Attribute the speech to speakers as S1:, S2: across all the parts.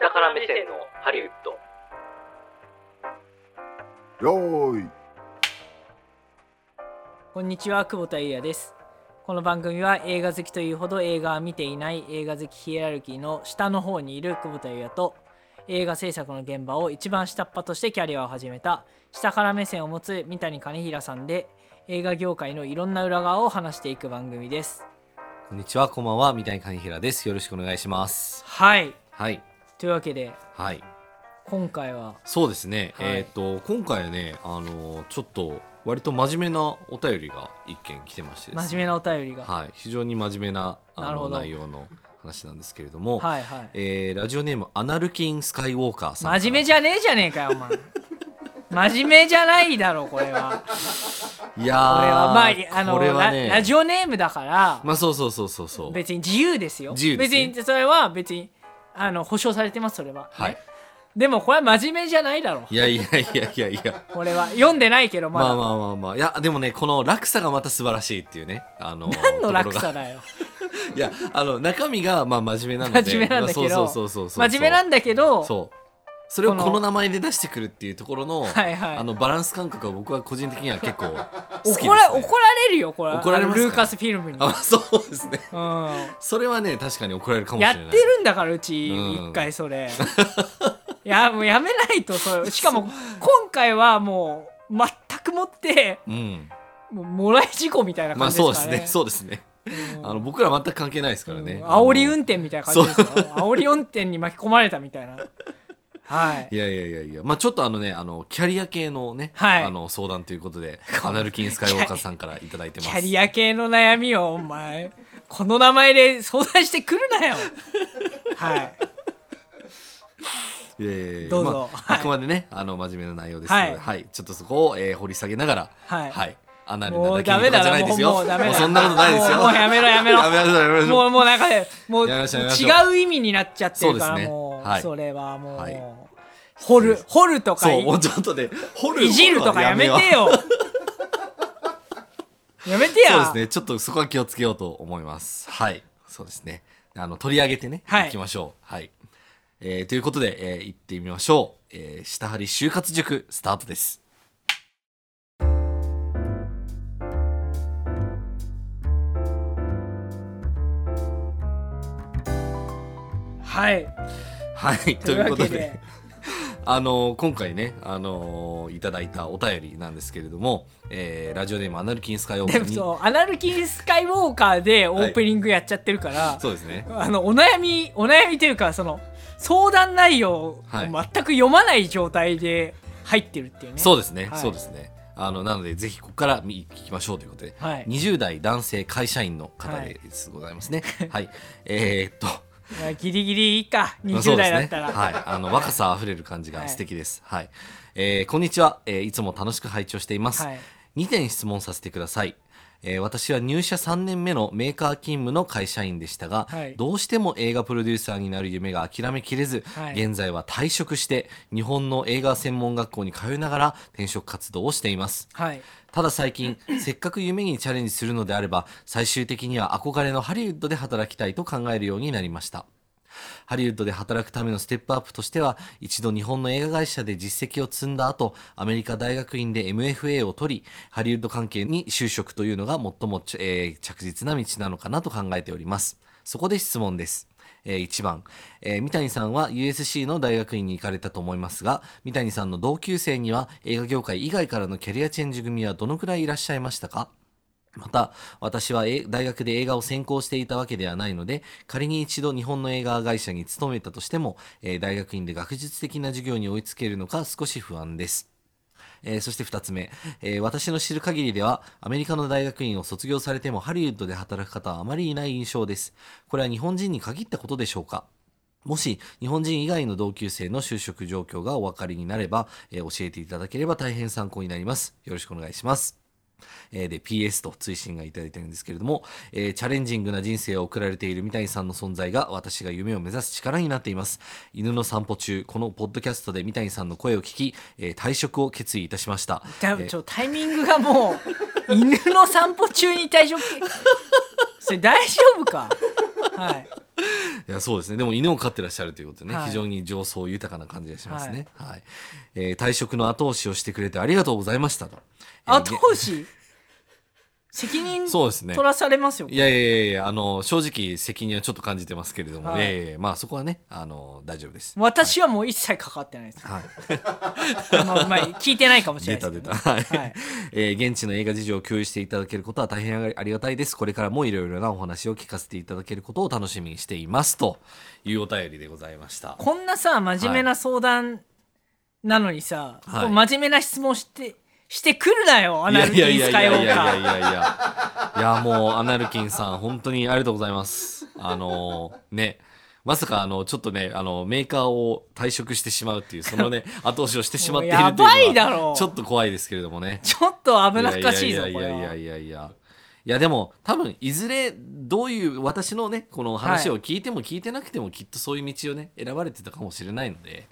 S1: 下から目線のハリウッド
S2: よーい
S3: こんにちは久保田裕也ですこの番組は映画好きというほど映画は見ていない映画好きヒエラルキーの下の方にいる久保田裕也と映画制作の現場を一番下っ端としてキャリアを始めた下から目線を持つ三谷兼平さんで映画業界のいろんな裏側を話していく番組です
S4: こんにちは、こんばんは、三谷兼平です。よろしくお願いします。
S3: はい
S4: はい。
S3: というわけで
S4: はい。
S3: 今回は
S4: そうですね。
S3: はい
S4: えっ、と、今回はね、あのーちょっと、割と真面目なお便りが一件来てましてです、ね。
S3: 真面目なお便りが、
S4: はい。非常に真面目な、
S3: な
S4: あ
S3: るほ
S4: の、
S3: ど
S4: 内容の話なんですけれども、
S3: はいはい
S4: えーラジオネーム、アナルキン・スカイウォーカーさんから。
S3: 真面目じゃねえじゃねえかよお前真面目じゃないだろこれはこ
S4: いやー
S3: れはまああの
S4: これはね、
S3: ララジオネームだから、
S4: まあ、そうそうそうそうそう。
S3: 別に自由ですよ
S4: 自由ですね
S3: 別にそれは別にあの保証されてますそれは、
S4: はい。
S3: でもこれは真面目じゃないだろ
S4: いやいやいやいやいや。
S3: これは読んでないけどまだ、
S4: まあまあまあまあ。いや、でもね、この落差がまた素晴らしいっていうね。あのー
S3: 何の
S4: とこ
S3: 落
S4: ろが
S3: 差だよ
S4: いやあの中身がまあ真面目なので
S3: 真面目なんだけど
S4: まあそうそうそうそうそう
S3: 真面目なんだけど
S4: そうそれ
S3: こ
S4: を
S3: の
S4: この名前で出してくるっていうところの,、
S3: はいはい
S4: あのバランス感覚は僕は個人的には結構好きです、ね、
S3: 怒ら怒られるよこれ
S4: 怒られま
S3: あ
S4: すか
S3: のルーカスフィルムに、
S4: あそうですね
S3: う
S4: それはね確かに怒られるか
S3: ん、
S4: もしれ
S3: や
S4: な
S3: っ
S4: い
S3: てるんだからうち
S4: うん
S3: 一回そ れ、いやもうやめないとそれしかも今回はもう全くもって
S4: うん
S3: もうもらい事故みたいな
S4: ま
S3: 感
S4: あ
S3: じで
S4: そう
S3: すか
S4: ですね
S3: ね。
S4: そうですね
S3: うん
S4: あの僕ら全く関係ないですからね、
S3: うん
S4: あの
S3: 煽り運転みたいな感じですよ煽り運転に巻き込まれたみたいなはい
S4: いやいやいやいやまあちょっとあのねあのキャリア系のね、
S3: はい
S4: あの相談ということでアナルキンスカイウォーカーさんからいただいてます
S3: キャリア系の悩みをお前この名前で相談してくるなよはい
S4: いやいやいや
S3: どうぞ
S4: ま
S3: は
S4: あ、
S3: い
S4: あくまでね、あの真面目な内容ですので、
S3: はい
S4: はい、ちょっとそこを、えー掘り下げながら、
S3: はい
S4: アナル
S3: も
S4: な
S3: う
S4: だけ
S3: ダ
S4: に
S3: メ
S4: とか
S3: だ
S4: じゃ
S3: な
S4: ない
S3: も
S4: で
S3: う
S4: すよ。
S3: もうダメだ
S4: そんなことないですよ。
S3: もうもうやめろやめろ
S4: やめましょうやめましょう
S3: もうもうなんかねもう
S4: やめましょうやめましょ
S3: 違
S4: う
S3: う意味になっちゃってるか
S4: そう
S3: ら
S4: ですね
S3: もう
S4: はい
S3: それはもう、
S4: はい
S3: 掘る掘るとか
S4: そう、
S3: い
S4: もうちょっとで、掘る。
S3: いじるとかやめてよやめて
S4: 掘る
S3: や
S4: はやめよう。そうですね、ちょっとそこは気をつけようと思います。はい、そうですね。あの、取り上げてね、
S3: はい
S4: 行きましょう。はい。えーということで、えー行ってみましょう。えー下張り就活塾スタートです。
S3: はい
S4: はい、
S3: と
S4: と
S3: い
S4: いうう
S3: わ
S4: こ
S3: け
S4: と
S3: で
S4: で。あの今回ね、あのいただいたお便りなんですけれども、えーラジオネームアナルキンスカイオ
S3: で
S4: ーカ
S3: も
S4: ーに
S3: そうアナルキースカイウォーカーでオープニングやっちゃってるから、
S4: そうですね
S3: あのお悩みお悩みというかその相談内容を
S4: はい
S3: 全く読まない状態で入ってるっていうね、
S4: そうですね、
S3: はい
S4: そうですねあのなのでぜひここから見聞きましょうということで、
S3: はい
S4: 20代男性会社員の方です、ございますねはい えーっと
S3: いやギリギリいいか
S4: まあそ
S3: 20
S4: うで
S3: 代
S4: す
S3: だったら、
S4: ね、はいあの若さあふれる感じが素敵ですはい、えーこんにちは、えーいつも楽しく拝聴しています、
S3: はい
S4: 2点質問させてください、えー私は入社3年目のメーカー勤務の会社員でしたが、
S3: はい
S4: どうしても映画プロデューサーになる夢が諦めきれず、
S3: はい
S4: 現在は退職して日本の映画専門学校に通いながら転職活動をしています
S3: はい
S4: ただ 最近せっかく夢にチャレンジするのであれば最終的には憧れのハリウッドで働きたいと考えるようになりましたハリウッドで働くためのステップアップとしては一度日本の映画会社で実績を積んだ後アメリカ大学院で MFA を取りハリウッド関係に就職というのが最もちょ、えー着実な道なのかなと考えておりますそこで質問ですえ1番、えー三谷さんは USC の大学院に行かれたと思いますが三谷さんの同級生には映画業界以外からのキャリアチェンジ組はどのくらいいらっしゃいましたかまた、私はえ大学で映画を専攻していたわけではないので、仮に一度日本の映画会社に勤めたとしても、えー大学院で学術的な授業に追いつけるのか少し不安です。えーそして二つ目、えー私の知る限りでは、アメリカの大学院を卒業されてもハリウッドで働く方はあまりいない印象です。これは日本人に限ったことでしょうかもし、日本人以外の同級生の就職状況がお分かりになれば、えー教えていただければ大変参考になります。よろしくお願いします。えーで、PS と追伸がいただいてるんですけれども、えーチャレンジングな人生を送られている三谷さんの存在が私が夢を目指す力になっています。犬の散歩中、このポッドキャストで三谷さんの声を聞き、えー退職を決意いたしました。
S3: 多分ちょっとタイミングがもう犬の 散歩中に退職それ大丈夫かはい
S4: いやそうですねでも犬を飼ってらっしゃるということでね、
S3: はい
S4: 非常に情操豊かな感じがしますね、はいえー退職の後押しをしてくれてありがとうございましたと、えー
S3: 後押し責任
S4: そうですね
S3: 取らされますよ。
S4: いやいやいやいやあの正直責任はちょっと感じてますけれども、
S3: はい
S4: いやいやいやまあそこはねあの大丈夫です
S3: 私はもう一切関わってないです。
S4: はい
S3: あのまあ聞いてないかもしれ
S4: 出
S3: ない
S4: た
S3: で
S4: 出
S3: すけ
S4: た、
S3: どね。
S4: はい
S3: はい
S4: えー現地の映画事情を共有していただけることは大変ありがたいですこれからもいろいろなお話を聞かせていただけることを楽しみにしていますというお便りでございました
S3: こんなさ真面目な相談なのにさ、
S4: はい
S3: こう真面目な質問してしてくるなよア
S4: い
S3: ナ
S4: や
S3: ル
S4: い
S3: キ
S4: やい
S3: ー
S4: や
S3: ス
S4: い
S3: カ
S4: や
S3: イ
S4: い
S3: ウ
S4: や
S3: ォ
S4: い
S3: ーカ
S4: やい
S3: ー
S4: やいやいやもうアナルキンさん本当にありがとうございますあのねまさかあのちょっとねあのメーカーを退職してしまうっていうそ のね後押しをしてしまっているというの
S3: もうやばいだろ
S4: はちょっと怖いですけれどもね
S3: ちょっと危なっかしいぞ
S4: い
S3: こ
S4: や
S3: れ
S4: いやい
S3: は
S4: やいやいやいやでも多分いずれどういう私のねこの話を聞いても聞いてなくてもきっとそういう道をね選ばれてたかもしれないので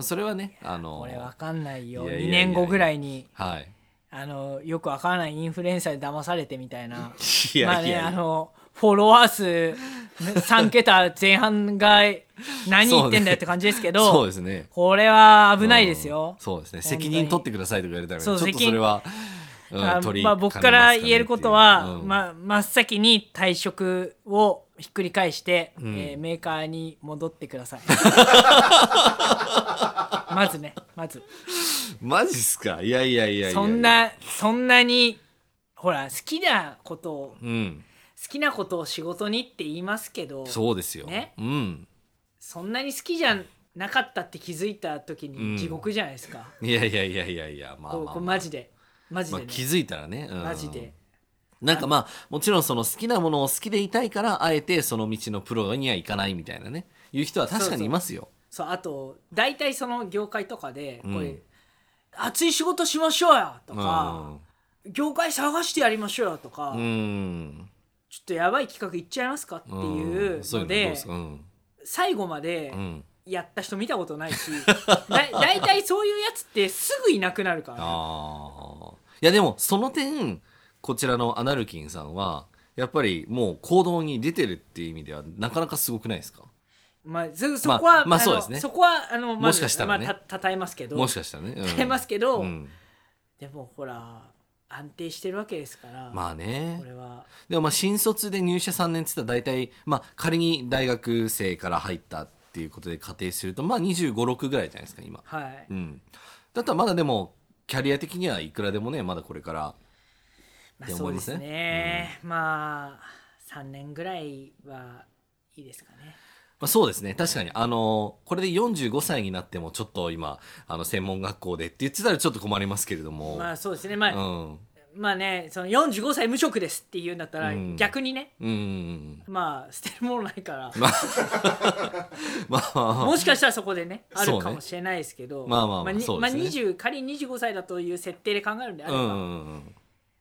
S4: それはねあの
S3: これわかんないよ
S4: いやいや
S3: 2
S4: いやいや
S3: 年後ぐらいに
S4: はい
S3: あのよくわからないインフルエンサーで騙されてみたいない
S4: やい
S3: まあ
S4: やい
S3: ね
S4: や
S3: あのフォロワー数3桁前半が何言ってんだよって感じですけど
S4: そうですね
S3: これは危ないですよ
S4: うん、そうですね
S3: 本当に
S4: 責任取ってくださいとか言われたらち
S3: そ
S4: ょ
S3: う
S4: っとそれは、うん
S3: あ
S4: 取り
S3: まあ、僕から言えることは、
S4: あ
S3: まあ、真っ先に退職をひっくり返して、
S4: ん
S3: えーメーカーに戻ってくだ さいまずねまず
S4: マジっすかいやいやいやいや
S3: そんなそんなにほら好きなことを好
S4: うん
S3: きなことを仕事にって言いますけどそ
S4: そうですよ、
S3: ね
S4: うん
S3: んなに好きじゃなかったって気づいた時
S4: う
S3: に
S4: ん
S3: 地獄じゃないですか、
S4: いやいやいやいやいやまあ
S3: こう
S4: まあ、
S3: こう
S4: まあ
S3: マジでマジで、ね
S4: 気づいたらね、うん
S3: マジで
S4: なんかまあもちろんその好きなものを好きでいたいからあえてその道のプロには行かないみたいなねいう人は確かにいますよ
S3: そうあと大体その業界とかでこういう、
S4: うん
S3: 熱い仕事しましょうよと
S4: う
S3: か、業界探してやりましょうよとか、
S4: んうん
S3: ちょっとやばい企画いっちゃいますかって
S4: うん
S3: いう
S4: そう
S3: の
S4: いうのどう
S3: で、
S4: ですかうん
S3: 最後まで
S4: うん
S3: やった人見たことない し、だ大体そういうやつってすぐいなくなるから
S4: ああ。いやでもその点こちらのアナルキンさんはやっぱりもう行動に出てるっていう意味ではなかなかすごくないですか
S3: まあ、ずそこは、
S4: まあまあ
S3: の
S4: そうですね
S3: こはあの、まず
S4: もしかしたらね
S3: まあ、たたたえますけど
S4: もしかしたらね。うん
S3: たえますけど、
S4: うん
S3: でもほら安定してるわけですから、
S4: まあね
S3: これは
S4: でもまあ新卒で入社3年って言ったら大体、まあ、仮に大学生から入ったっていうことで仮定するとまあ2 5 6ぐらいじゃないですか今、
S3: はい、
S4: うん、だったらまだでもキャリア的にはいくらでもねまだこれから
S3: ま
S4: っ
S3: あ、
S4: て
S3: そ
S4: 思
S3: う
S4: い
S3: で
S4: ますすね
S3: ね、まあ3年ぐらいはいいですかね
S4: まあ、そうですね確かにあのこれで45歳になってもちょっと今あの専門学校でって言ってたらちょっと困りますけれども、
S3: まあそうですねまあ、
S4: うん
S3: まあねその45歳無職ですって言うんだったら、
S4: うん
S3: 逆にね
S4: うん
S3: まあ捨てるものないから、
S4: まあまあまあまあ
S3: もしかしたらそこでねあ
S4: そ
S3: る
S4: うね
S3: かもしれないですけど、
S4: まあまあまあ
S3: に
S4: そうですね
S3: まあ20仮に25歳だという設定で考えるんであれ
S4: う
S3: ば、
S4: んうんうん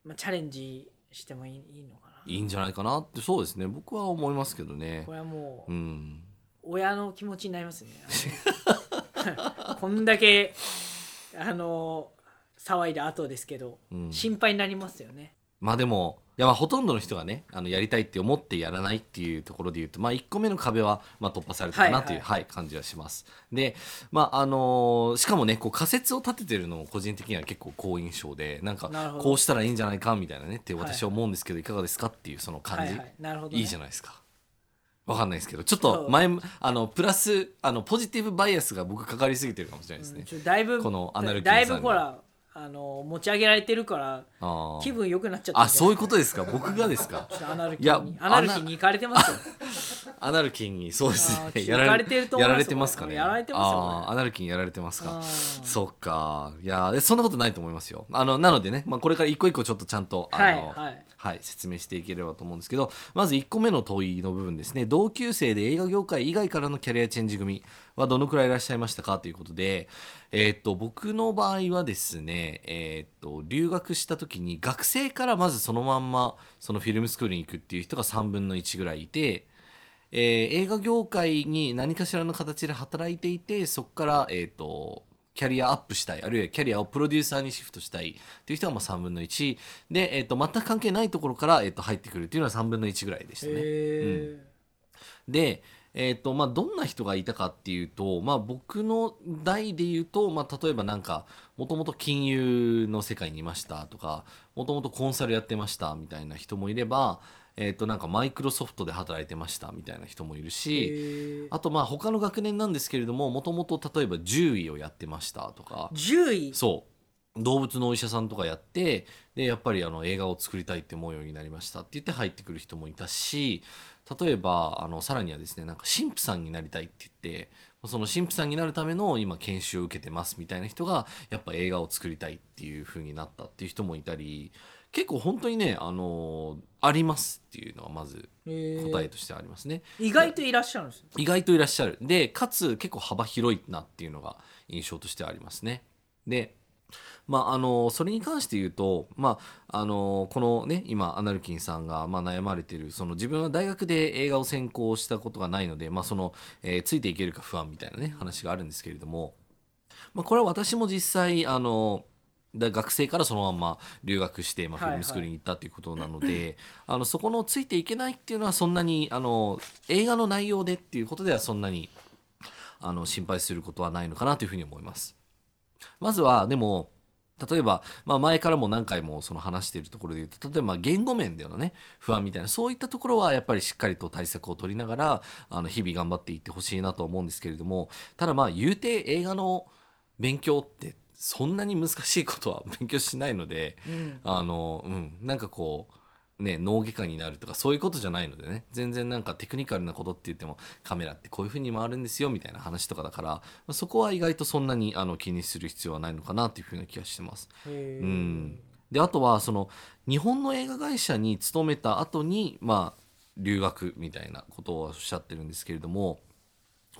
S3: まあ、チャレンジしてもいいいいのかない
S4: いんじゃないかなってそうですね僕は思いますけどね
S3: これはもう
S4: うん
S3: 親の気持ちになりますね あのこんだけあの騒いだ後ですけど、
S4: うん
S3: 心配になりますよね
S4: まあでもいやまあほとんどの人がねあのやりたいって思ってやらないっていうところで言うと、まあ、1個目の壁はまあ突破されたかなという、
S3: は
S4: はい感じはします。で、まああのーしかもねこう仮説を立ててるのも個人的には結構好印象でなんか
S3: なるほど
S4: こうしたらいいんじゃないかみたいなねって
S3: はい
S4: 私は思うんですけど、い、かがですかっていうその感じ、
S3: はい
S4: い
S3: はい、なるほど、
S4: い、
S3: ね、
S4: じゃ
S3: ない
S4: ないですか。わかんないですけどちょっと前あのプラスあのポジティブバイアスが僕かかりすぎてるかもしれないですね。
S3: だいぶ
S4: このアナルキーさん
S3: だい
S4: に
S3: ぶほらあの持ち上げられてるから
S4: あー
S3: 気分良くなっちゃった
S4: あそういう
S3: う
S4: ことですか僕がですか
S3: アナルキ
S4: いや
S3: ーにアナルキーに行かれてますよ
S4: アナルキンにそうです
S3: あ
S4: ね。
S3: ー
S4: や
S3: 聞かられ
S4: れ
S3: てると思い
S4: や
S3: ます
S4: られてますかね。
S3: やられてますよ
S4: あ
S3: こ
S4: ーアナルキンやられてます
S3: あ
S4: か。
S3: ー
S4: そっか。いやー、そんなことないと思いますよ。あの、なのでね、まあ、これから一個一個ちょっとちゃんと、あの、
S3: はいはい
S4: はい、説明していければと思うんですけどまず1個目の問いの部分ですね同級生で映画業界以外からのキャリアチェンジ組はどのくらいいらっしゃいましたかということで、えーっと僕の場合はですね、えーっと留学した時に学生からまずそのまんまそのフィルムスクールに行くっていう人が3分の1ぐらいいて。えー映画業界に何かしらの形で働いていてそこから、えーっとキャリアアップしたいあるいはキャリアをプロデューサーにシフトしたいっていう人はまあ3分の1で、えー、と全く関係ないところから、えー、と入ってくるっていうのは3分の1ぐらいでしたね。
S3: へー
S4: で、えっ、と、まあ、どんな人がいたかっていうと、まあ、僕の代で言うと、まあ、例えばなんか、もともと金融の世界にいましたとか、もともとコンサルやってましたみたいな人もいれば、えっ、と、なんかマイクロソフトで働いてましたみたいな人もいるし、
S3: へー
S4: あと、まあ、他の学年なんですけれども、もともと例えば獣医をやってましたとか、
S3: 10位
S4: そう動物のお医者さんとかやってでやっぱりあの映画を作りたいって思うようになりましたって言って入ってくる人もいたし例えばあのさらにはですねなんか神父さんになりたいって言ってその神父さんになるための今研修を受けてますみたいな人がやっぱ映画を作りたいっていう風になったっていう人もいたり結構本当にねあのありますっていうのがまず
S3: へー
S4: 答えとしてありますね。
S3: 意外といらっしゃるんですね
S4: 意外といらっしゃるでかつ結構幅広いなっていうのが印象としてありますねでまああのそれに関して言うとまああのこのね今アナルキンさんがまあ悩まれてるその自分は大学で映画を専攻したことがないのでまあその、えーついていけるか不安みたいなね話があるんですけれどもまあこれは私も実際あのだ学生からそのまんま留学して、まあ、フ
S3: はい
S4: ィ
S3: はい
S4: ルムスクールに行ったということなので、あのそこのついていけないっていうのはそんなにあの映画の内容でっていうことではそんなにあの心配することはないのかなというふうに思います。まずはでも例えば、まあ、前からも何回もその話しているところで言うと例えばまあ言語面でのね不安みたいなそういったところはやっぱりしっかりと対策を取りながらあの日々頑張っていってほしいなと思うんですけれどもただまあ言うて映画の勉強ってそんなに難しいことは 勉強しないので、
S3: うん
S4: あの、うん、なんかこう、ね、脳外科になるとかそういうことじゃないのでね全然なんかテクニカルなことって言ってもカメラってこういう風に回るんですよみたいな話とかだからまあそこは意外とそんなにあの気にする必要はないのかなという風な気がしてます。
S3: へー
S4: うん、であとはその日本の映画会社に勤めた後にまあ留学みたいなことをおっしゃってるんですけれども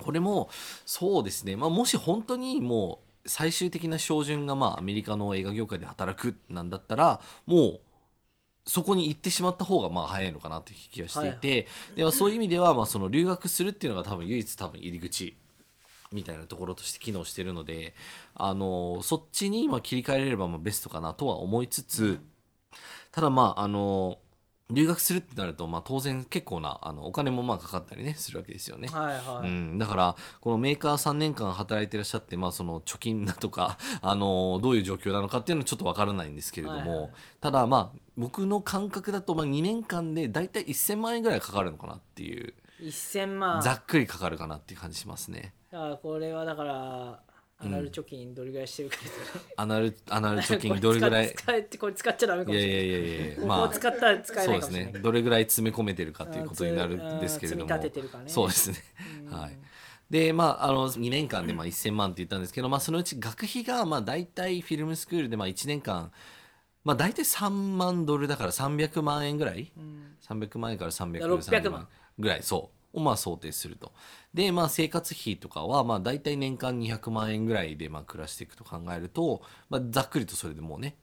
S4: これもそうですね、まあ、もし本当にもう最終的な照準がまあアメリカの映画業界で働くなんだったらもうそこに行ってしまった方がまあ早いのかなという気がしていて、でまあそういう意味ではまあその留学するっていうのが多分唯一多分入り口みたいなところとして機能してるのであのそっちに今切り替えれればまあベストかなとは思いつつただまああの留学するってなるとまあ当然結構なあのお金もまあかかったりねするわけですよね。
S3: はいは
S4: う
S3: い、
S4: ん、だからこのメーカー3年間働いてらっしゃって、まあ、その貯金だとか、 あのどういう状況なのかっていうのはちょっとわからないんですけれども、
S3: はいはい
S4: ただまあ僕の感覚だとまあ2年間で大体1000万円ぐらいかかるのかなっていう
S3: 1000万
S4: ざっくりかかるかなっていう感じしますね。
S3: だからこれはだからアナル貯金どれぐらいしてるか
S4: アナルアナル貯
S3: こ
S4: 金
S3: れ
S4: どれぐらい
S3: 使使えてこれ使っちゃダメかも
S4: いや
S3: し
S4: い
S3: れな
S4: や
S3: い
S4: いやいや
S3: こ
S4: ま
S3: こ
S4: あ
S3: を使ったら使え
S4: そ
S3: な
S4: う
S3: い
S4: で
S3: かも
S4: す
S3: しれない
S4: ね
S3: けど
S4: どれぐらい詰め込めてるかということになるんですけれども
S3: あー積み立ててるかね
S4: そうですね、
S3: うん
S4: はいでまああの2年間でまあ1000万って言ったんですけど、まあ、そのうち学費がまあ大体フィルムスクールでまあ1年間まあ大体3万ドルだから300万円ぐらい
S3: うん
S4: 300万円から300
S3: だから600
S4: 30万ぐらいそうをまあ想定するとでまあ生活費とかはまあ大体年間200万円ぐらいでまあ暮らしていくと考えると、まあ、ざっくりとそれでもうね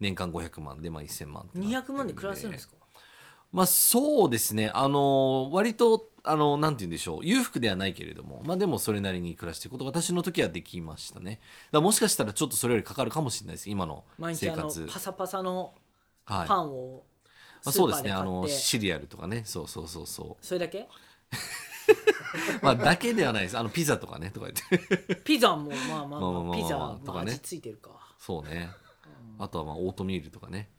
S4: 年間500万でまあ1000万ってなって
S3: 200万で暮らせるんですか
S4: まあそうですねあの割とあのなんて言うんでしょう裕福ではないけれどもまあでもそれなりに暮らしていくこと私の時はできましたねだからもしかしたらちょっとそれよりかかるかもしれないです今の
S3: 毎日
S4: 生
S3: あの
S4: 活
S3: パサパサの
S4: はい
S3: パンを
S4: まあ、
S3: ス
S4: そ
S3: ー
S4: うで
S3: パー
S4: す
S3: で
S4: ねあ
S3: 買っ
S4: の
S3: て
S4: シリアルとかねそうそうそうそう
S3: それだけ
S4: まあ、だけではないです。あの、ピザとかね、とか言って。
S3: ピザもまあまあ
S4: まあまあま
S3: ま
S4: あ
S3: あ
S4: まあ
S3: ピザ
S4: まあ
S3: ま
S4: と
S3: あ
S4: かね
S3: 味ついてるか
S4: そうね。あとは、まあ、オートミールとかね。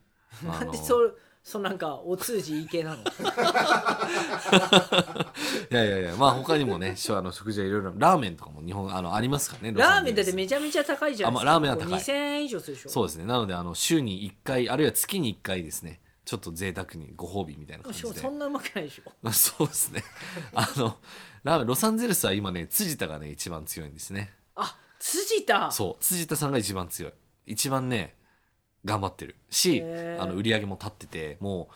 S3: な
S4: あ
S3: ん
S4: の
S3: でそれそのなんかお通じいい系 なの
S4: いやいやいや、まあ、他にもね、しょ あの食事はいろいろ、ラーメンとかも日本、あの、ありますからね。ロ
S3: ラ
S4: サ
S3: ーメンだって
S4: ジェ
S3: めちゃめちゃ高いじゃないですか
S4: あまあラーメンは高い
S3: こう2000円以上するでし
S4: ス
S3: ょ
S4: そうですね。なので、あの、週に1回、あるいは月に1回ですね。ちょっと贅沢にご褒美みたいな
S3: でも
S4: 感
S3: し
S4: じ
S3: かも
S4: で
S3: そ。んなうまくないでしょ
S4: まあ そうですね。あの、ラーメン、ロサンゼルスは今ね、辻田がね、一番強いんですね。
S3: あ辻田
S4: そう辻田さんが一番強い一番ね頑張ってるし
S3: へー
S4: あの売り上げも立ってても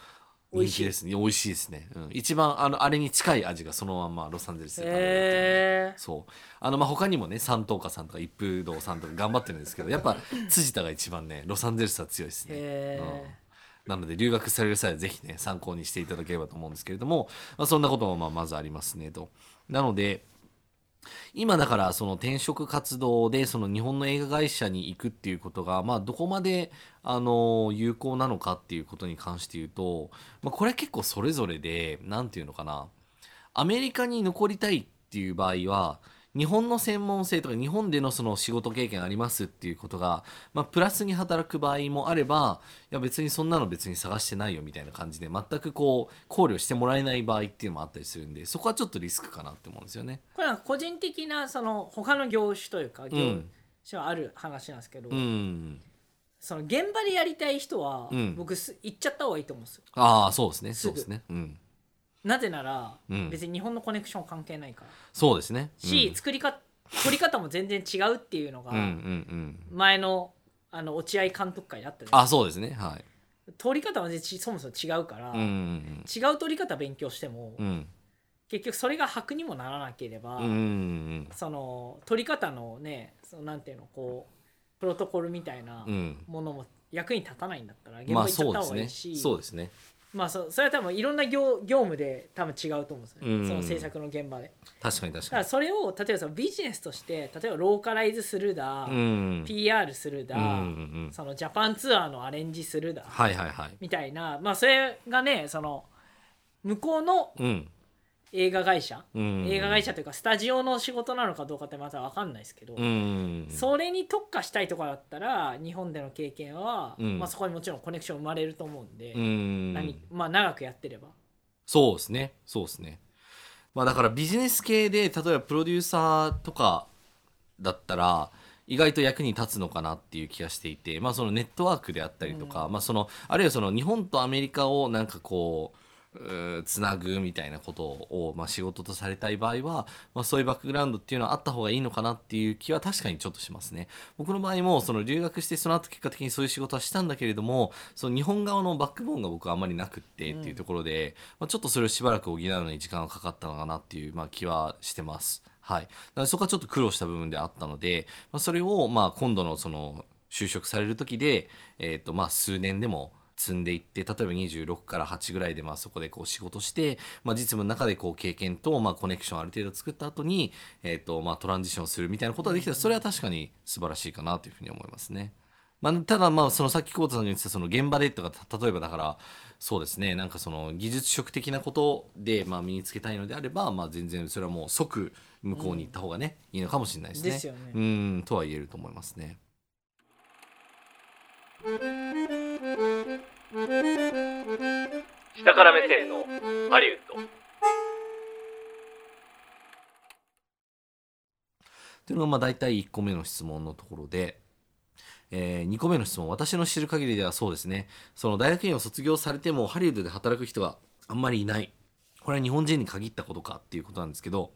S4: う
S3: 美
S4: 人
S3: 味し
S4: 気
S3: い
S4: ですね美味しいですね、うん、一番あのあれに近い味がそのまんまロサンゼルスで食べられてるので
S3: へえ
S4: そうあのまあ他にもね三等家さんとか一風堂さんとか頑張ってるんですけどやっぱ辻田が一番ねロサンゼルスは強いですね、
S3: へー
S4: うんなので留学される際はぜひね参考にしていただければと思うんですけれども、まあ、そんなこともまあまずありますねとなので今だからその転職活動でその日本の映画会社に行くっていうことがまあどこまであの有効なのかっていうことに関して言うと、まあ、これは結構それぞれで何て言うのかなアメリカに残りたいっていう場合は日本の専門性とか日本でのその仕事経験ありますっていうことが、まあ、プラスに働く場合もあればいや別にそんなの別に探してないよみたいな感じで全くこう考慮してもらえない場合っていうのもあったりするんでそこはちょっとリスクかなって思うんですよね。
S3: これは個人的なその他の業種というか
S4: う
S3: 業
S4: ん、
S3: 種はある話なんですけど、
S4: うん、
S3: その現場でやりたい人は
S4: うん
S3: 僕す行っちゃった方がいいと思うんですよ。
S4: ああそうですね
S3: す
S4: そう
S3: ぐ
S4: ですね。うん、
S3: なぜなら
S4: うん
S3: 別に日本のコネクション関係ないから、
S4: そうですね。
S3: し、作りか取り方も全然違うっていうのが
S4: うん、うんうんうん
S3: 前のあの落合監督会だったじゃない
S4: あそうですねはい。
S3: 取り方は全然そもそも違うから、
S4: うんうん
S3: 違う取り方勉強しても、
S4: うんうん
S3: 結局それが白にもならなければ、
S4: うんうんうん
S3: その取り方のねそのなんていうのこうプロトコルみたいな
S4: うんうん
S3: ものも役に立たないんだったら現
S4: ま
S3: 場
S4: あ
S3: 行っちゃ
S4: そ
S3: っ
S4: う
S3: た
S4: で
S3: 方
S4: す
S3: がい
S4: ね
S3: いし、
S4: そうですね
S3: まあそそれは多分いろんな業業務で多分違うと思うんですよね、
S4: うん
S3: その制作の現場で。
S4: 確かに確
S3: だか
S4: からに。
S3: それを例えばそのビジネスとして例えばローカライズするだ、
S4: うん
S3: PR するだ、
S4: うんうんうん
S3: そのジャパンツアーのアレンジするだ、
S4: はいはいはい。
S3: みたいなまあそれがねその向こうの
S4: うん
S3: 映画会社、
S4: うん、
S3: 映画会社というかスタジオの仕事なのかどうかってまた分かんないですけど、
S4: うん
S3: それに特化したいとかだったら日本での経験は、
S4: うん
S3: まあ、そこにもちろんコネクション生まれると思うんで、
S4: うん
S3: 何まあ、長くやってれば。
S4: そうですねそうですねまあだからビジネス系で例えばプロデューサーとかだったら意外と役に立つのかなっていう気がしていて、まあ、そのネットワークであったりとか、まあ、そのあるいはその日本とアメリカをなんかこううーつなぐみたいなことを、まあ、仕事とされたい場合は、まあ、そういうバックグラウンドっていうのはあった方がいいのかなっていう気は確かにちょっとしますね。僕の場合もその留学してその後結果的にそういう仕事はしたんだけれどもその日本側のバックボーンが僕はあんまりなくってっていうところで、まあ、ちょっとそれをしばらく補うのに時間がかかったのかなっていう、まあ、気はしてます。はい、だからそこはちょっと苦労した部分であったので、まあ、それをまあ今度のその就職される時で、えー、とまあ数年でも積んでいって例えば26から8ぐらいでまあそこでこう仕事して、まあ、実務の中でこう経験とまあコネクションある程度作った後に、えー、とまあトランジションするみたいなことができたらそれは確かに素晴らしいかなというふうに思いますね。まあ、ただまあそのさっき久保田さんに言ってたその現場でとかた例えばだからそうですねなんかその技術職的なことでまあ身につけたいのであればまあ全然それはもう即向こうに行った方がね、いいのかもしれないですね。
S3: ですよね
S4: うんとは言えると思いますね。
S1: 下から目線のハリウッド
S4: というのがまあ大体1個目の質問のところで、え2個目の質問私の知る限りではそうですねその大学院を卒業されてもハリウッドで働く人があんまりいないこれは日本人に限ったことかっていうことなんですけど、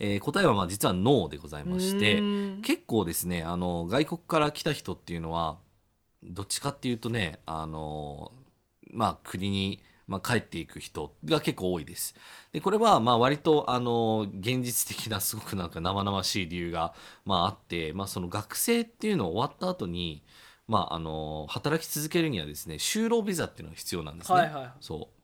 S4: えー答えはまあ実はノーでございまして
S3: うん
S4: 結構ですねあの外国から来た人っていうのはどっちかっていうとねあのまあ国に、まあ、帰っていく人が結構多いです。でこれはまあ割とあの現実的なすごくなんか生々しい理由がまああって、まあ、その学生っていうのを終わった後にまああの働き続けるにはですね就労ビザっていうのが必要なんですね。
S3: はいはいはい
S4: そう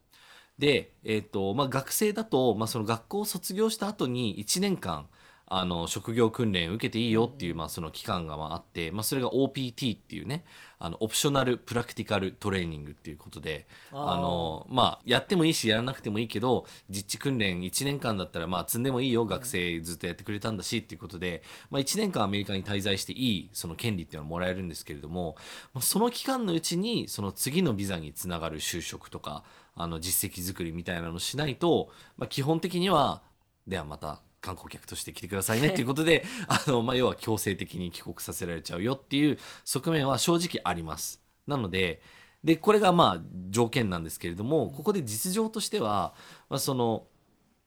S4: で、えーとまあ、学生だと、まあ、その学校を卒業した後に1年間あの職業訓練を受けていいよっていう、まあ、その期間がまああって、まあ、それが OPT っていうねあのオプショナル・プラクティカル・トレーニングっていうことで
S3: あー
S4: あの、まあ、やってもいいしやらなくてもいいけど実地訓練1年間だったらまあ積んでもいいよ学生ずっとやってくれたんだしっていうことで、まあ、1年間アメリカに滞在していいその権利っていうのをもらえるんですけれども、まあ、その期間のうちにその次のビザにつながる就職とかあの実績作りみたいなのをしないと、まあ、基本的にはではまた観光客として来てくだ さいねっていうことであの、まあ、要は強制的に帰国させられちゃうよっていう側面は正直あります。なのででこれがまあ条件なんですけれどもここで実情としては、まあ、その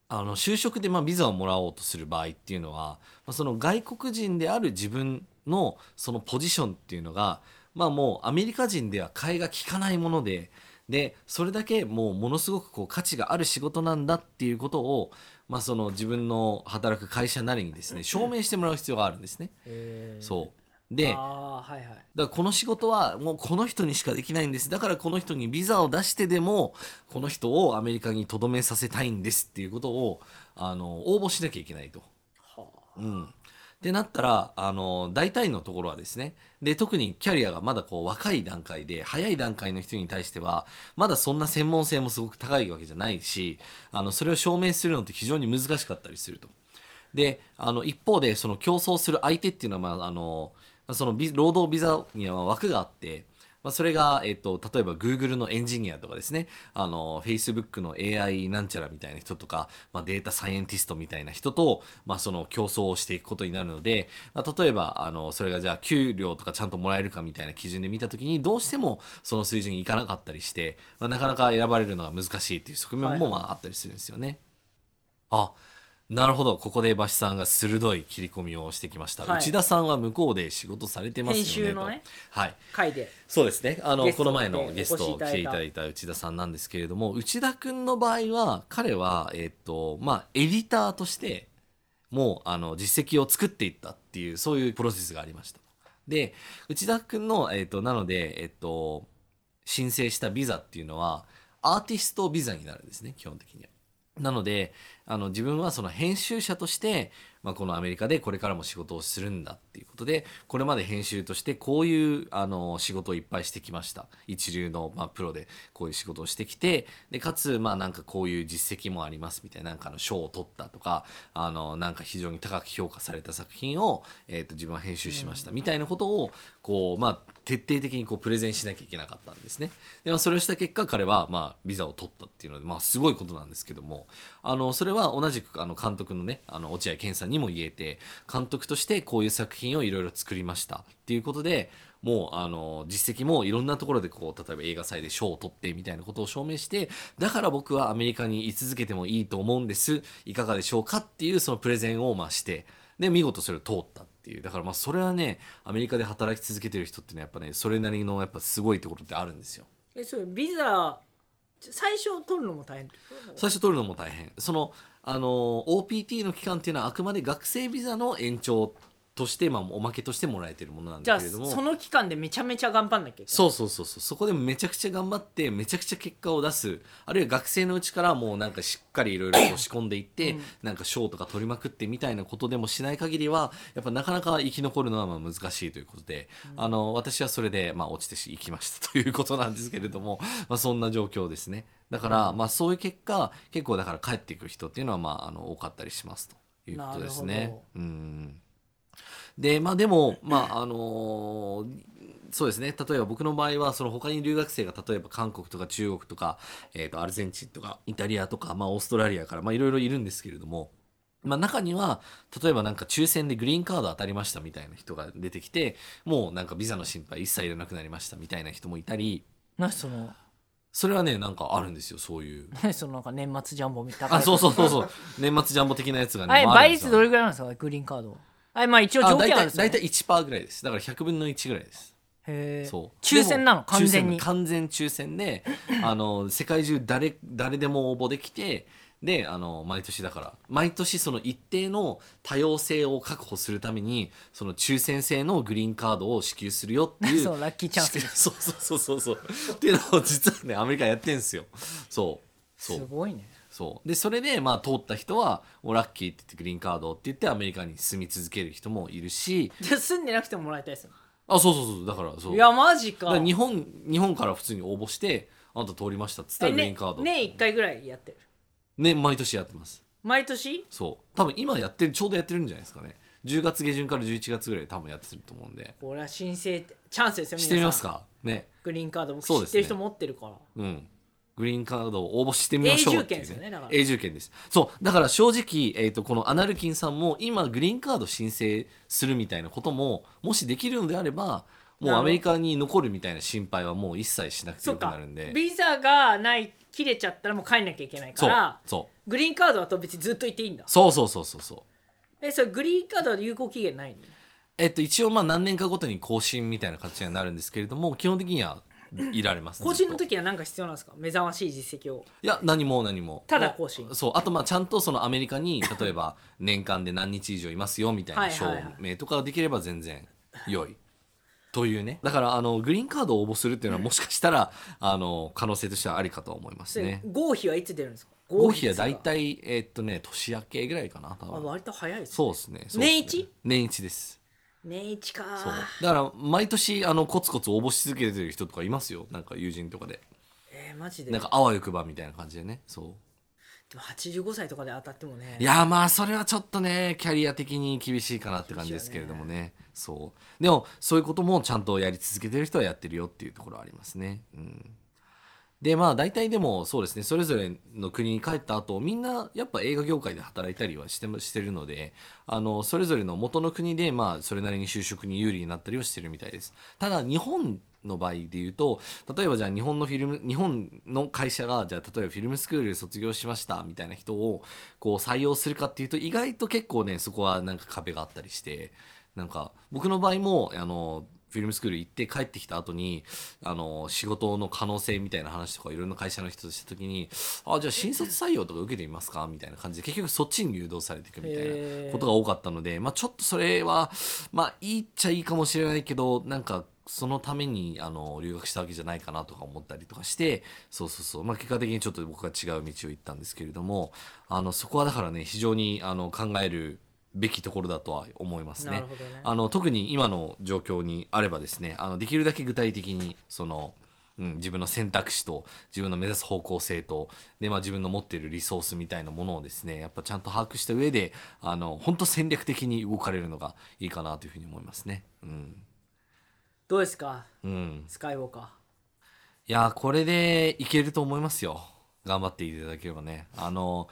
S4: あの就職でまあビザをもらおうとする場合っていうのは、まあ、その外国人である自分のそのポジションっていうのが、まあ、もうアメリカ人では替えが利かないものででそれだけもうものすごくこう価値がある仕事なんだっていうことを、まあ、その自分の働く会社なりにですね証明してもらう必要があるんですね。
S3: えー
S4: そうで
S3: あーはいはい
S4: だからこの仕事はもうこの人にしかできないんですだからこの人にビザを出してでもこの人をアメリカにとどめさせたいんですっていうことをあの応募しなきゃいけないと。
S3: はあ
S4: うん、ってなったら、あの、大体のところはですね、で、特にキャリアがまだこう若い段階で、早い段階の人に対しては、まだそんな専門性もすごく高いわけじゃないし、あの、それを証明するのって非常に難しかったりすると。で、あの、一方で、その競争する相手っていうのは、まあ、あの、そのビ労働ビザには枠があって、まあ、それが、えっと、例えば Google のエンジニアとかですね、あの、Facebook の AI なんちゃらみたいな人とか、まあ、データサイエンティストみたいな人と、まあ、その競争をしていくことになるので、まあ、例えば、あの、それがじゃあ給料とかちゃんともらえるかみたいな基準で見たときに、どうしてもその水準にいかなかったりして、まあ、なかなか選ばれるのが難しいっていう側面も、まあ、あったりするんですよね。あ、なるほど。ここで、バシさんが鋭い切り込みをしてきました。
S3: はい
S4: 内田さんは向こうで仕事されてますよね。
S3: 編集のね
S4: と。はい。
S3: 回で
S4: そうですね。あの、
S3: ゲスト
S4: この前の
S3: で
S4: ゲスト
S3: お
S4: を
S3: 越
S4: 来
S3: してい
S4: い
S3: た
S4: た
S3: だ
S4: だ
S3: い
S4: いた内田さんなんですけれども、内田くんの場合は、彼は、えっと、まあ、エディターとして、もう、あの、実績を作っていったっていう、そういうプロセスがありました。で、内田くんの、えっと、なので、えっと、申請したビザっていうのは、アーティストビザになるんですね、基本的には。なので、あの、自分はその編集者として、まあ、このアメリカでこれからも仕事をするんだっていうことで、これまで編集としてこういう、あの、仕事をいっぱいしてきました。一流の、まあ、プロでこういう仕事をしてきて、で、かつ、まあ、なんかこういう実績もありますみたいな、なんかあの賞を取ったとか、あの、なんか非常に高く評価された作品を、えっ、と、自分は編集しましたみたいなことを、こう、まあ、徹底的にこうプレゼンしなきゃいけなかったんですね。で、まあ、それをした結果、彼は、まあ、ビザを取ったっていうので、まあ、すごいことなんですけども、あの、それは同じく、あの、監督のね、あの、落合健さんにも言えて、監督としてこういう作品をいろいろ作りましたっていうことで、もう、あの、実績もいろんなところで、こう、例えば映画祭で賞を取ってみたいなことを証明して、だから僕はアメリカに居続けてもいいと思うんです。いかがでしょうかっていう、そのプレゼンを、まあ、して、で、見事それを通ったっていう。だからまあそれはね、アメリカで働き続けてる人ってね、やっぱね、それなりのやっぱすごいところってあるんですよ。
S3: えそうビザ最初取るのも大変
S4: 最初取るのも大変。その、あの、OPT の期間っていうのはあくまで学生ビザの延長として、まあおまけとしてもらえてるものなん
S3: じゃ
S4: だ
S3: あ
S4: けれども。
S3: その期間でめちゃめちゃ頑張んなきゃいけない
S4: そうそうそうそうそこでめちゃくちゃ頑張ってめちゃくちゃ結果を出すあるいは学生のうちからもうなんかしっかりいろいろ仕込んでいって、なんか賞とか取りまくってみたいなことでもしない限りはやっぱなかなか生き残るのはまあ難しいということで、あの私はそれでまあ落ちていきましたということなんですけれども、まあ、そんな状況ですねだからまあそういう結果結構だから帰っていく人っていうのはまああの多かったりしますということです
S3: なる
S4: ね
S3: ほ。
S4: うんで、まあでも、まああのーそうですね。例えば僕の場合は、その他に留学生が例えば韓国とか中国とか、えっ、と、アルゼンチンとかイタリアとか、まあオーストラリアから、まあいろいろいるんですけれども、まあ中には、例えばなんか抽選でグリーンカード当たりましたみたいな人が出てきて、もうなんかビザの心配一切いらなくなりましたみたいな人もいたり、
S3: 何その
S4: それはね、なんかあるんですよ、そういう。
S3: 何そのなんか年末ジャンボみたいな
S4: あ、そうそうそうそう。 年末ジャンボ的なやつがね。
S3: あれ
S4: まあある
S3: 倍
S4: んです
S3: 率
S4: よ
S3: どれぐらいなんですかグリーンカードあれまあ一応
S4: あ
S3: 条
S4: 大
S3: 件あるんで
S4: 体、
S3: すよ、
S4: 大
S3: ね、
S4: 体1%ぐらいです。だから100分の1ぐらいです。
S3: へえ
S4: そう
S3: 抽選なの
S4: でも
S3: 完全
S4: 抽
S3: に
S4: 選完全抽 選であの世界中誰誰でも応募できてであの毎年だから毎年その一定の多様性を確保するためにその抽選制のグリーンカードを支給するよっていう
S3: そうラッキーチャンス
S4: そうそうそうそうそうっていうのを実はねアメリカやってんすよそうそ
S3: す
S4: う
S3: ごい ね
S4: そうでそれでまあ通った人はおラッキーって言ってグリーンカードって言ってアメリカに住み続ける人もいるし
S3: じゃあ住んでなくてももらいたいですよ
S4: あそうそうそうだからそう
S3: いやマジ
S4: だか
S3: から
S4: 日本日本から普通に応募してあんた通りましたっつったら
S3: え
S4: グリー
S3: ね
S4: ンカード
S3: 年1回ぐらいやってる
S4: ね毎年やってます
S3: 毎年
S4: そう多分今やってるちょうどやってるんじゃないですかね10月下旬から11月ぐらいで多分やってると思うんで
S3: これは申請チャンスですよ皆さん
S4: してみますかね
S3: グリーンカード僕知
S4: そうで
S3: っ
S4: す
S3: て
S4: ね
S3: る人持ってるから、
S4: うんグリーンカードを応募してみましょうっていう
S3: 永住権ですよねだから
S4: 永住権ですそうだから正直、えー、とこのアナルキンさんも今グリーンカード申請するみたいなことももしできるのであればもうアメリカに残るみたいな心配はもう一切しなくて
S3: そ
S4: よ
S3: う
S4: くな
S3: か
S4: るんで
S3: ビザがない切れちゃったらもう帰んなきゃいけないか
S4: そう
S3: ら
S4: そう
S3: グリーンカードだと別にずっといていいんだ
S4: そうそうそうそうそう
S3: えそれグリーンカードは有効期限ないの
S4: えっと、一応まあ何年かごとに更新みたいな形にはなるんですけれども基本的にはいられ ます
S3: 更新の
S4: ずっと
S3: 時は何か必要なんですか目覚ましい実績を
S4: いや何も何も
S3: ただ更新
S4: そうあとまあちゃんとそのアメリカに例えば 年間で何日以上いますよみたい
S3: は
S4: ない証
S3: はいはい
S4: 明とかができれば全然良い。というねだからあのグリーンカー ドを応募するっていうのはもしかしたらあの可能性としてはありかと思います
S3: それ
S4: ね。
S3: 合否はいつ出るんですか
S4: 合否は大体、えーっとね、年明けぐらいかな、多
S3: あ
S4: 分。
S3: 割と早いです
S4: そうですね。そうっすね
S3: 年一
S4: 年一です。
S3: 年一か
S4: そう。だから、毎年、あの、コツコツ応募し続けてる人とかいますよ。なんか友人とかで。
S3: えー、マジで
S4: なんか、あわよくばみたいな感じでね。そう。
S3: でも85歳とかで当たってもね
S4: いやまあそれはちょっとねキャリア的に厳しいかなって感じですけれどもねそうでもそういうこともちゃんとやり続けてる人はやってるよっていうところはありますね。うん、でまあ大体でもそうですねそれぞれの国に帰った後みんなやっぱ映画業界で働いたりはしてもしてるのであのそれぞれの元の国でまあそれなりに就職に有利になったりはしてるみたいです。ただ日本の場合で言うと例えばじゃあ日本のフィルム日本の会社がじゃあ例えばフィルムスクール卒業しましたみたいな人をこう採用するかっていうと意外と結構ねそこはなんか壁があったりしてなんか僕の場合もあのフィルムスクール行って帰ってきた後にあの仕事の可能性みたいな話とかいろんな会社の人とした時に「あじゃあ新卒採用とか受けてみますか?」みたいな感じで結局そっちに誘導されていくみたい
S3: へ
S4: な
S3: ー
S4: ことが多かったので、まあ、ちょっとそれはまあいいっちゃいいかもしれないけどなんかそのためにあの留学したわけじゃないかなとか思ったりとかしてそうそうそう、まあ、結果的にちょっと僕が違う道を行ったんですけれどもあのそこはだからね非常にあの考えるべきところだとは思いますね。
S3: なるほどね
S4: あの特に今の状況にあればですねあのできるだけ具体的にその、うん、自分の選択肢と自分の目指す方向性とで、まあ、自分の持っているリソースみたいなものをですねやっぱちゃんと把握した上であの本当戦略的に動かれるのがいいかなというふうに思いますね。うん
S3: どうですか
S4: うん、
S3: スカイウォーカ
S4: いやーこれでいけると思いますよ頑張っていただければねあの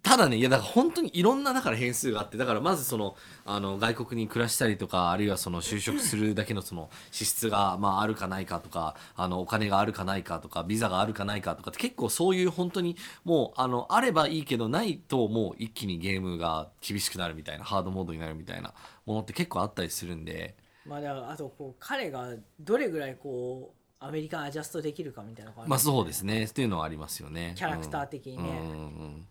S4: ただねいやだから本当にいろんなだから変数があってだからまずそのあの外国に暮らしたりとかあるいはその就職するだけのその資質が、まあ、あるかないかとかあのお金があるかないかとかビザがあるかないかとかって結構そういう本当にもうあのあればいいけどないともう一気にゲームが厳しくなるみたいなハードモードになるみたいなものって結構あったりするんで。
S3: ーまあだからあとこう彼がどれぐらいこうアメリカンアジャストできるかみたいな感
S4: まあそうですねっていうのはありますよね
S3: キャラクター的にね
S4: うんうんうんうん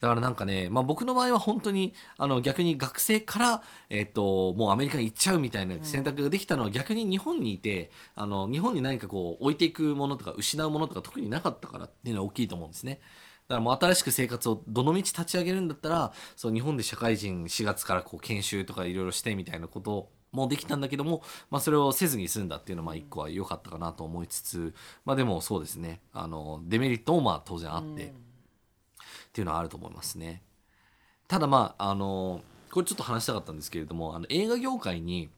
S4: だからなんかね、まあ、僕の場合は本当にあの逆に学生から、えっともうアメリカに行っちゃうみたいな選択ができたのは逆に日本にいて、あの日本に何かこう置いていくものとか失うものとか特になかったからっていうのは大きいと思うんですね。だからもう新しく生活をどの道立ち上げるんだったらそう日本で社会人4月からこう研修とかいろいろしてみたいなこともできたんだけども、まあ、それをせずに済んだっていうのはまあ一個は良かったかなと思いつつ、まあ、でもそうですねあのデメリットもまあ当然あって、っていうのはあると思いますね。ただまああのこれちょっと話したかったんですけれどもあの映画業界に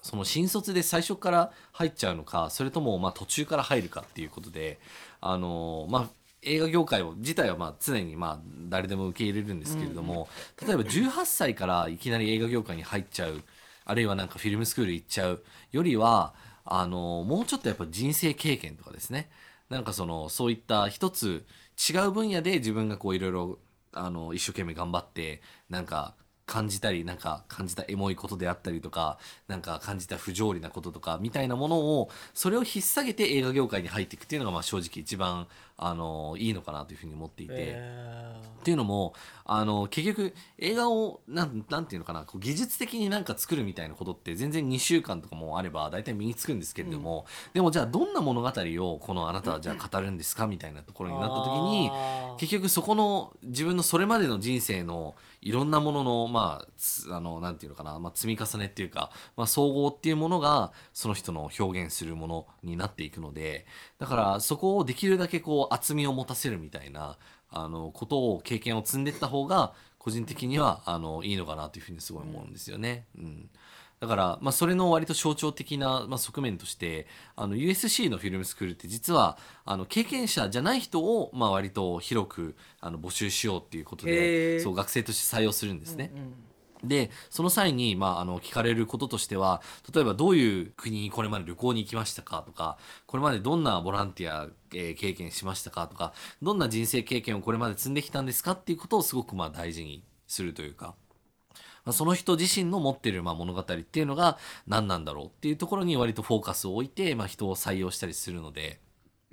S4: その新卒で最初から入っちゃうのかそれともまあ途中から入るかっていうことであのまあ映画業界を自体はまあ常にまあ誰でも受け入れるんですけれども、例えば18歳からいきなり映画業界に入っちゃうあるいはなんかフィルムスクール行っちゃうよりはあのもうちょっとやっぱ人生経験とかですねなんかそのそういった一つ違う分野で自分がこういろいろあの一生懸命頑張ってなんか感じたりなんか感じたエモいことであったりとかなんか感じた不条理なこととかみたいなものをそれを引っ提げて映画業界に入っていくっていうのがまあ正直一番あのいいのかなというふうに思っていて。
S3: え
S4: っていうのもあの結局映画をなんなんていうのかなこう技術的になんか作るみたいなことって全然2週間とかもあれば大体身につくんですけれども、でもじゃあどんな物語をこのあなたはじゃあ語るんですかみたいなところになった時に
S3: あー
S4: 結局そこの自分のそれまでの人生のいろんなもののまあつあのなんていうのかな、まあ、積み重ねっていうか、まあ、総合っていうものがその人の表現するものになっていくのでだからそこをできるだけこう厚みを持たせるみたいなあのことを経験を積んでいった方が個人的にはあのいいのかなというふうにすごい思うんですよね。うんだから、まあ、それの割と象徴的な、まあ、側面としてあの USC のフィルムスクールって実はあの経験者じゃない人を、まあ、割と広くあの募集しようっていうこと
S3: へ
S4: で
S3: ー
S4: そう学生として採用するんですね。
S3: うん
S4: でその際に、まあ、あの聞かれることとしては例えばどういう国にこれまで旅行に行きましたかとかこれまでどんなボランティア、えー経験しましたかとかどんな人生経験をこれまで積んできたんですかっていうことをすごくまあ大事にするというか。まあその人自身の持ってるまあ物語っていうのが何なんだろうっていうところに割とフォーカスを置いてまあ人を採用したりするので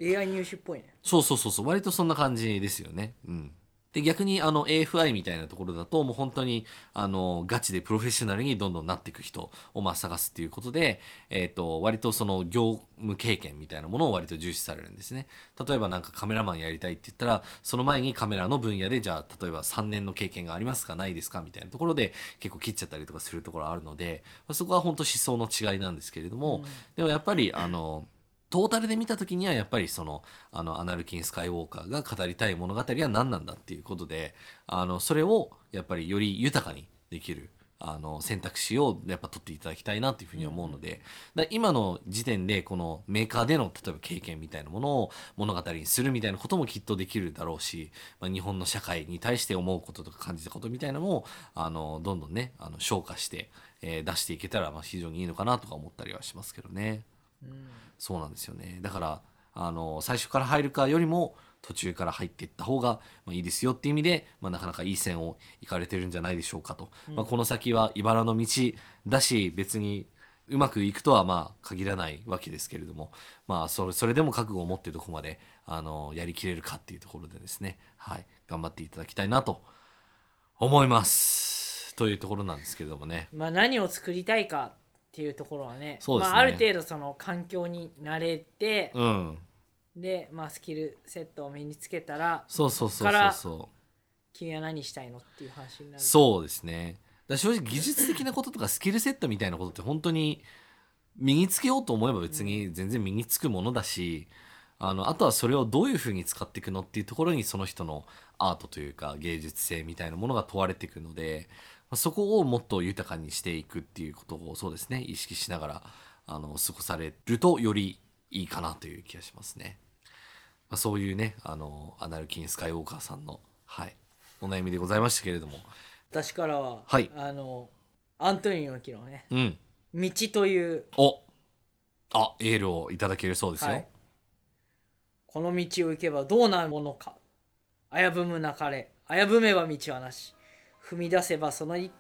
S3: AI 入手っぽいね
S4: そうそうそうそう割とそんな感じですよね。うん、で逆にあの AFI みたいなところだともう本当にあのガチでプロフェッショナルにどんどんなっていく人をまあ探すっていうことで、えー、と割とその業務経験みたいなものを割と重視されるんですね例えばなんかカメラマンやりたいって言ったらその前にカメラの分野でじゃあ例えば3年の経験がありますかないですかみたいなところで結構切っちゃったりとかするところあるのでまあそこは本当思想の違いなんですけれども、でもやっぱりあのトータルで見た時にはやっぱりそのあのアナルキン・スカイウォーカーが語りたい物語は何なんだっていうことであのそれをやっぱりより豊かにできるあの選択肢をやっぱ取っていただきたいなというふうに思うのでだから今の時点でこのメーカーでの例えば経験みたいなものを物語にするみたいなこともきっとできるだろうし、まあ、日本の社会に対して思うこととか感じたことみたいなのもあのどんどんねあの消化して、えー出していけたらまあ非常にいいのかなとか思ったりはしますけどね。
S3: うん
S4: そうなんですよねだからあの最初から入るかよりも途中から入っていった方がまあいいですよっていう意味で、まあ、なかなかいい線を行かれてるんじゃないでしょうかと、まあ、この先は茨の道だし別にうまくいくとはまあ限らないわけですけれども、まあ、それそれでも覚悟を持ってどこまであのやりきれるかっていうところでですね、はい、頑張っていただきたいなと思いますというところなんですけれどもね。
S3: まあ、何を作りたいかっていうところはね
S4: そうですね
S3: まあ、ある程度その環境に慣れて、
S4: うん、
S3: で、まあ、スキルセットを身につけたら
S4: そうそうそう
S3: か
S4: そう
S3: ら
S4: そう。
S3: 君は何したいのっていう話になる
S4: そうですね。だから正直技術的なこととかスキルセットみたいなことって本当に身につけようと思えば別に全然身につくものだし、あの、あとはそれをどういうふうに使っていくのっていうところにその人のアートというか芸術性みたいなものが問われていくので、まあそこをもっと豊かにしていくっていうことをそうですね、意識しながら、あの、過ごされるとよりいいかなという気がしますね。まあ、そういうね、あの、アナルキン・スカイウォーカーさんの、はい、お悩みでございましたけれども、
S3: 私からは、
S4: はい
S3: あのアントニオ猪木のね
S4: うん。
S3: 「道」という、
S4: おあ、エールをいただけるそうですよ。
S3: はいこの道を行けばどうなるものか危ぶむなかれ危ぶめば道はなし踏み出せばその一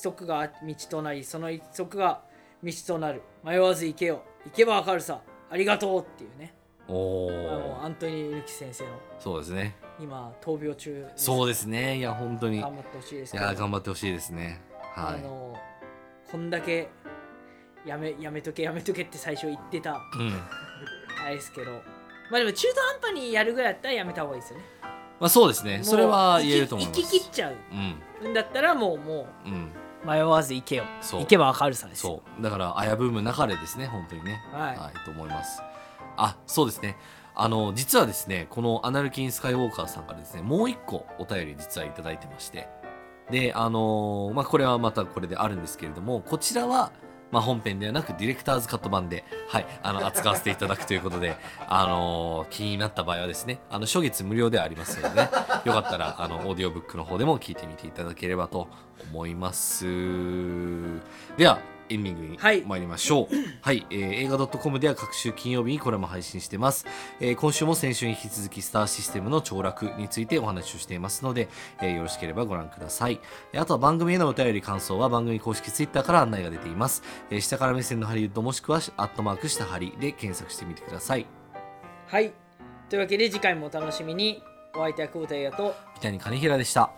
S3: 足が道となりその一足が道となる迷わず行けよ行けばわかるさありがとうっていうね
S4: お
S3: あの
S4: お
S3: アントニオ猪木先生の
S4: そうですね。
S3: 今闘病中です
S4: そうですね。いや、本当に。い
S3: 頑張ってほしいですけど
S4: や、頑張ってほしいですね。は
S3: あ
S4: い。
S3: のこんだけやめやめとけやめとけって最初言ってた
S4: うん。
S3: あれですけどまあでも中途半端にやるぐらいだったらやめた方がいいですよね
S4: まあ、そうですね。
S3: もう
S4: それは言えると思います。
S3: 行き行き切っちゃ
S4: うん。
S3: うんだったらもうも
S4: うん。
S3: う迷わず行けよ
S4: そう
S3: 行けばわかるさですよ
S4: そう。だから、危ぶむ中でですね、本当にね。
S3: はい
S4: はい、と思います。あ、そうですね。あの、実はですね、このアナルキン・スカイウォーカーさんからですね、もう一個お便り実はいただいてまして。で、あのーまあ、これはまたこれであるんですけれども、こちらは、まあ、本編ではなくディレクターズカット版で、はい、あの、扱わせていただくということで、 あのー気になった場合はですね、あの、初月無料ではありますのでね、 よかったら、あの、オーディオブックの方でも聞いてみていただければと思います。では、エンディングに
S3: はい
S4: 参りましょ う。はい、えー、映画 .com では各週金曜日にこれも配信してます。えー今週も先週に引き続きスターシステムの凋落についてお話をしていますので、えーよろしければご覧ください。えーあとは番組へのお便り感想は番組公式ツイッターから案内が出ています。えー下から目線のハリウッドもしくはアットマークしたハリで検索してみてください。
S3: はいというわけで次回もお楽しみにお相手は久保田優也と
S4: 北谷兼平でした。